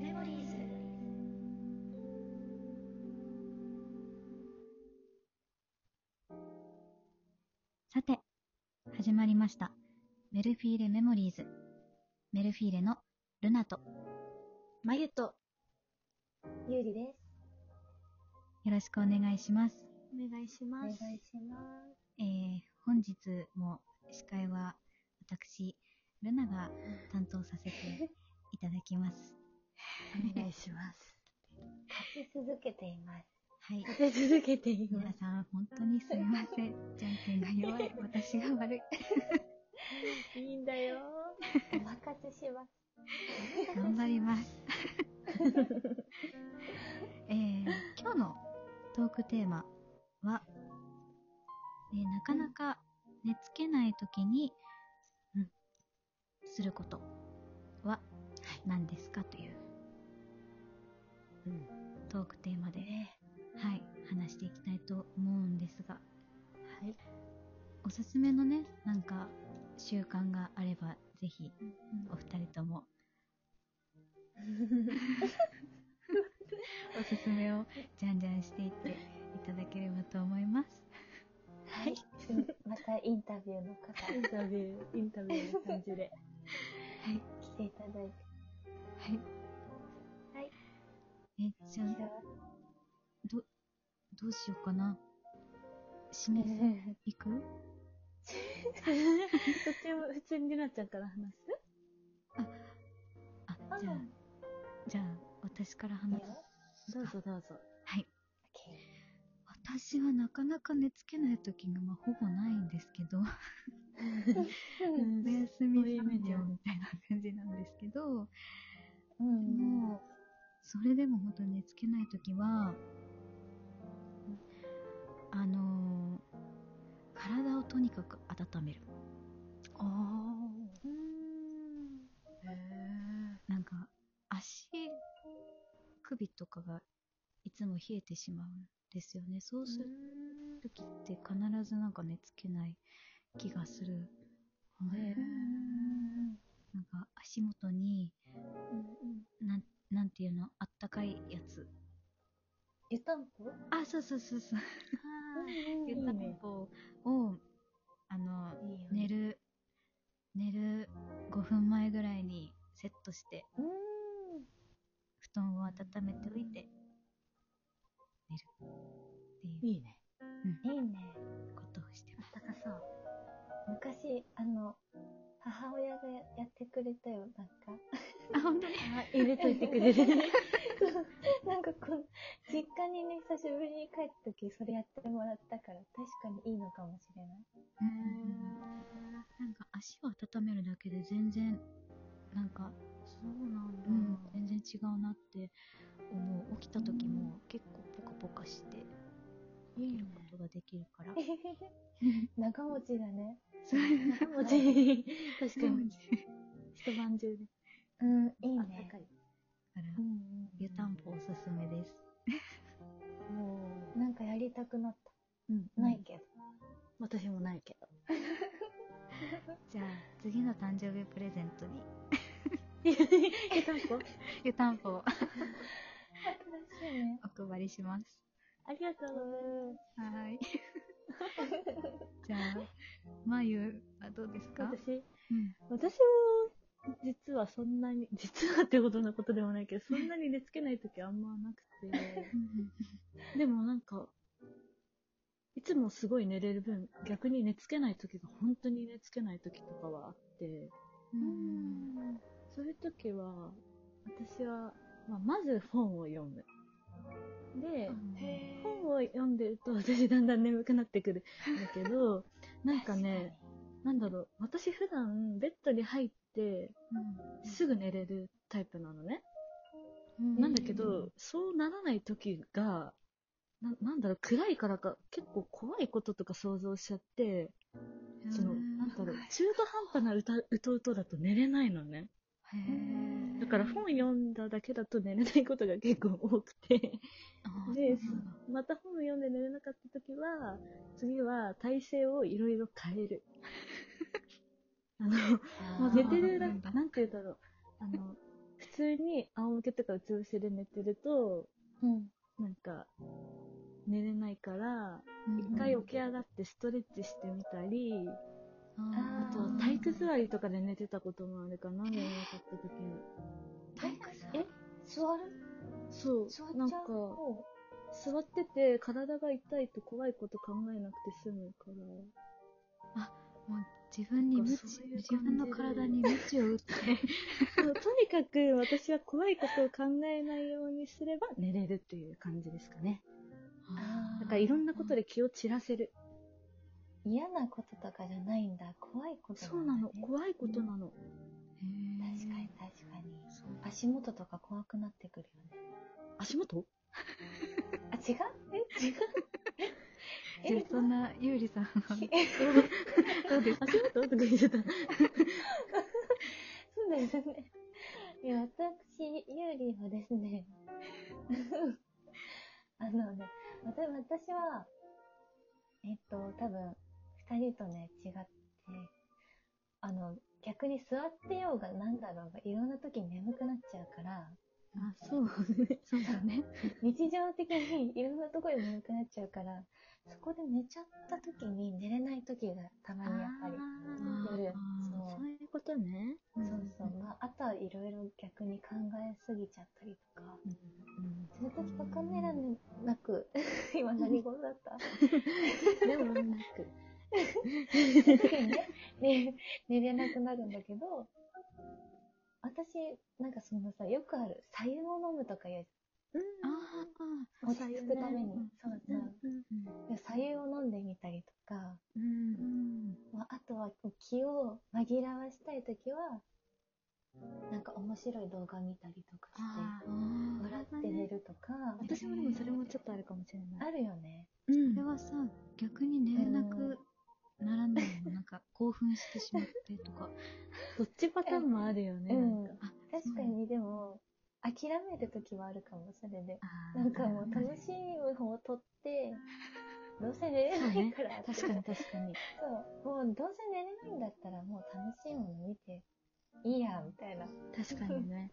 メモリーズさて、始まりました。メルフィーレメモリーズ。メルフィーレのルナと、まゆと、ゆうりですよろしくお願いします。お願いしおま願いす。しますえー、本日も司会は私、ルナが担当させていただきます。 お願いします。立て続けていますはい。立て続けてい皆。さん、本当にすみません。じゃんけんが弱い。私が悪い。いいんだよ。お任せします頑張ります。 えー今日のトークテーマは、えーなかなか寝つけないときに、うんすることは何ですかといううん。トークテーマで、ね。はい、話していきたいと思うんですが、はい。おすすめのね、なんか習慣があれば、ぜひお二人ともおすすめをじゃんじゃんしていっていただければと思います。はいまたインタビューの方インタビュー、インタビューの感じ で。はい。来ていただいてはい。はい。え、じゃあ、ど、どうしようかな。締めていく途中、普通になっちゃんから話すああ、じゃあ、じゃあ、私から話す。どうぞどうぞ。はい。私はなかなか寝つけない時が、まあ、ほぼないんですけど、おやすみそういう意味3で秒はみたいな感じなんですけど、うんもう、それでも本当に寝つけないときは、あのー体をとにかく温める。あうーんあ。へなんか、足、首とかがいつも冷えてしまうんですよね。そうするときって必ずなんか寝つけない気がするので、なんか足元に、なん、なんていうの、あったかいやつ。湯たんぽあ、そうそうそうそう。い湯いたよんぽを、あの、寝るる寝る5分前ぐらいにセットしてうーん布団を温めておいて寝るっていいいね。いいねうことをしてます高さん昔あの母親がやってくれたよなんか あ本当にあ、入れといてく れる。なんかこの実家にね久しぶりに帰った時それやってもらったから確かにいいのかもしれない なんか足を温めるだけで全然なんか、そうなんうん、全然違うなって思う起きた時も結構ポカポカして起きることができるから長持ちだねそういうの持ち、確かがに。一晩中で。 うんいいあったねかい。からうん湯たんぽおすすめですうんなんかやりたくなっうん。たない。けど、私もないけど。じゃあ次の誕生日プレゼントに湯た んぽ湯たんぽを新しいねお配りします。ありがとうございます。はーい。じゃあ、まゆはどうですか私、うん私も、実はそんなに、実はってほどのことでもないけど、そんなに寝つけないときあんまなくて、でもなんか、いつもすごい寝れる分、逆に寝つけないときが、本当に寝つけないときとかはあって、うん。そういうときは、私は、まあ、まず本を読む。で、へー本を読んでると私だんだん眠くなってくるんだけど、なんかね、なんだろう、私普段ベッドに入ってすぐ寝れるタイプなのね。うんなんだけど、そうならない時が、ななんだろう、暗いからか結構怖いこととか想像しちゃって、その、なんだろう、中途半端な歌うとうとだと寝れないのね。へーだから本読んだだけだと寝れないことが結構多くて。 あでそうなんだまた本を読んで寝れなかった時は、次は体勢をいろいろ 変える。あの、ーもう寝てるななんんだなんて言うんだろう。あの、普通に仰向けとかうつ伏せで寝てると、うん。なんか、寝れないから、一回起き上がってストレッチしてみたり、ああーと体育座りとかで寝てたこともあるかな、寝れなかった時に。体育座え座るそう座、なんっちかゃ、う方座ってて体が痛いと怖いこと考えなくて済むから。もう自分に無知なんかそういう感じ自分の体に無知を打ってそうとにかく私は怖いことを考えないようにすれば寝れるっていう感じですかね。あーだからいろんなことで気を散らせる。嫌なこととかじゃないんだ。怖いことそうなの、んだね怖いことなの。へー確かに確かに。そう足元とか怖くなってくるよね。足元あ、違うえ違う えじゃあそんなゆうりさんはひどう ですか足元とか言ってた。そうですね。いや、私、ユーリはですね、 あのね、わた私は、えっと、多分、二人とね、違って、あの、逆に座ってようがなんだろうが、いろんな時に眠くなっちゃうから、あそうね。そうだね日常的にいろんなところで眠くなっちゃうから、そこで寝ちゃった時に寝れない時がたまにやっぱり。あー夜そうそういうことね。そうそう。まあ、あとはいろいろ逆に考えすぎちゃったりとか、うんその時わかんないらなく、 今何語だったでもなんか、その時にね、ね寝れなくなるんだけど、私、なんかそのさ、よくある、白湯を飲むとかいう、うんああ落ち着くために、そううそんう。で白湯を飲んでみたりとか、ーうんまあ、あとはこう気を紛らわしたい時は、なんか面白い動画見たりとかして、ああ笑って寝るとか、ー私もでもそれもちょっとあるかもしれない。あるよね。うーんそれはさ逆に寝れなくならないのなんか興奮してしまってと かどっちパターンもあるよね。うんなんかあ確かにでも、諦める時はあるかも、それで。あーなんかもう楽しむ方を取って、どうせ寝れないから、確かに確かに。そう、もうどうせ寝れないんだったらもう楽しいもの見ていいや、みたいな。確かにね。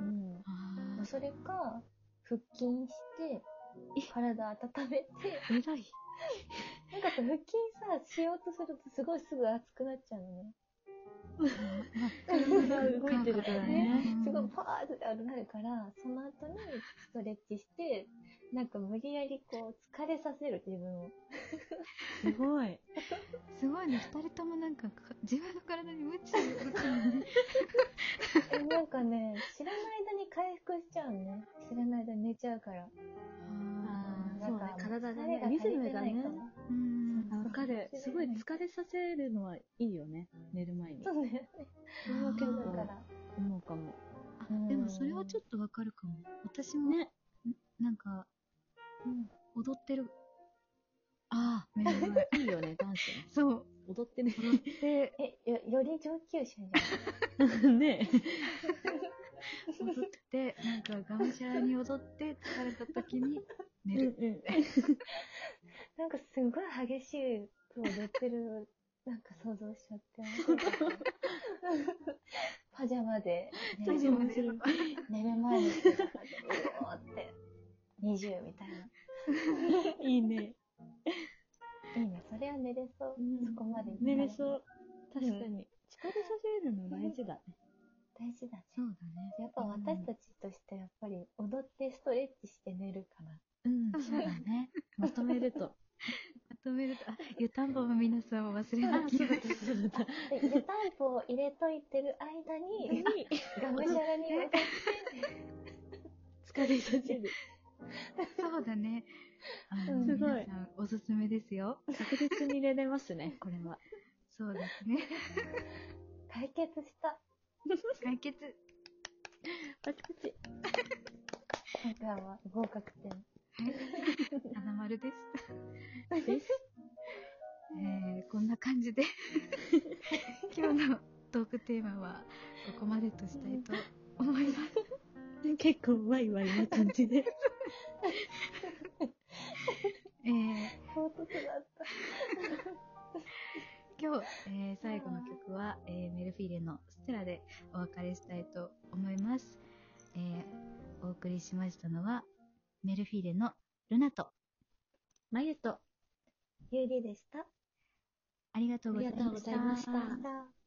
うん。あもうそれか、腹筋して、体温めて、ー偉いなんかさ、腹筋さ、しようとするとすごいすぐ熱くなっちゃうのね。体動いてるからね。うんすごいパーってなるから、その後にストレッチして、なんか無理やりこう、疲れさせる自分を。すごい。すごいね、二人ともなんかか、自分の体に無知を打つのね。 え、なんかね、知らない間に回復しちゃうね。知らない間に寝ちゃうから。あーなんかそうね体がね疲れ足りてないかもリズムがねうんあわかる。そうすごい疲れさせるのはいいよね。寝る前にそ。うだよね。動 けるから。思うかも。あでもそれはちょっとわかるかも。私も、ねんなんか、うん踊ってる。ああ、目の 前いいよね、ダンスね。そう。踊ってね。踊って、え、よ、より上級者じ ね踊って、なんか、がむしゃらに踊って、疲れた時にう寝んる。うん。ゃん。なんかすごい激しいと踊って る、なんか想像しちゃって。パジャマで、ねパジャマで寝る前に、うおーって、20みたいな。いいね。いいね、それは寝れそう。うんそこまで寝れそう。確んかに。疲れさせるの大事だね。大事だね。そうだね。やっぱ私たちとしてやっぱり踊ってストレッチして寝るかな。うんそうだね。まとめると。まとめると、あ、湯たんぽも皆さんも忘れなきゃ。そう だ。 で、湯たんぽを入れといてる間に、がむしゃら に踊って、 疲れさせる。そうだね。あのすごい皆さんおすすめですよ。確実に寝れますね、これは。そうですね。解決した。解決。パチパチ。今回は合格点。はい。花丸でした。です。えー、こんな感 じで、今日のトークテーマはここまでとしたいと思います。 結構ワイワイな感じで。えー、唐突だった。今日ょう。えー最後の曲は、えーメルフィーレのステラでお別れしたいと思います。えーお送りしましたのは、メルフィーレのルナと、マユとゆうりでした。ありがとうございました。ありがとうございました。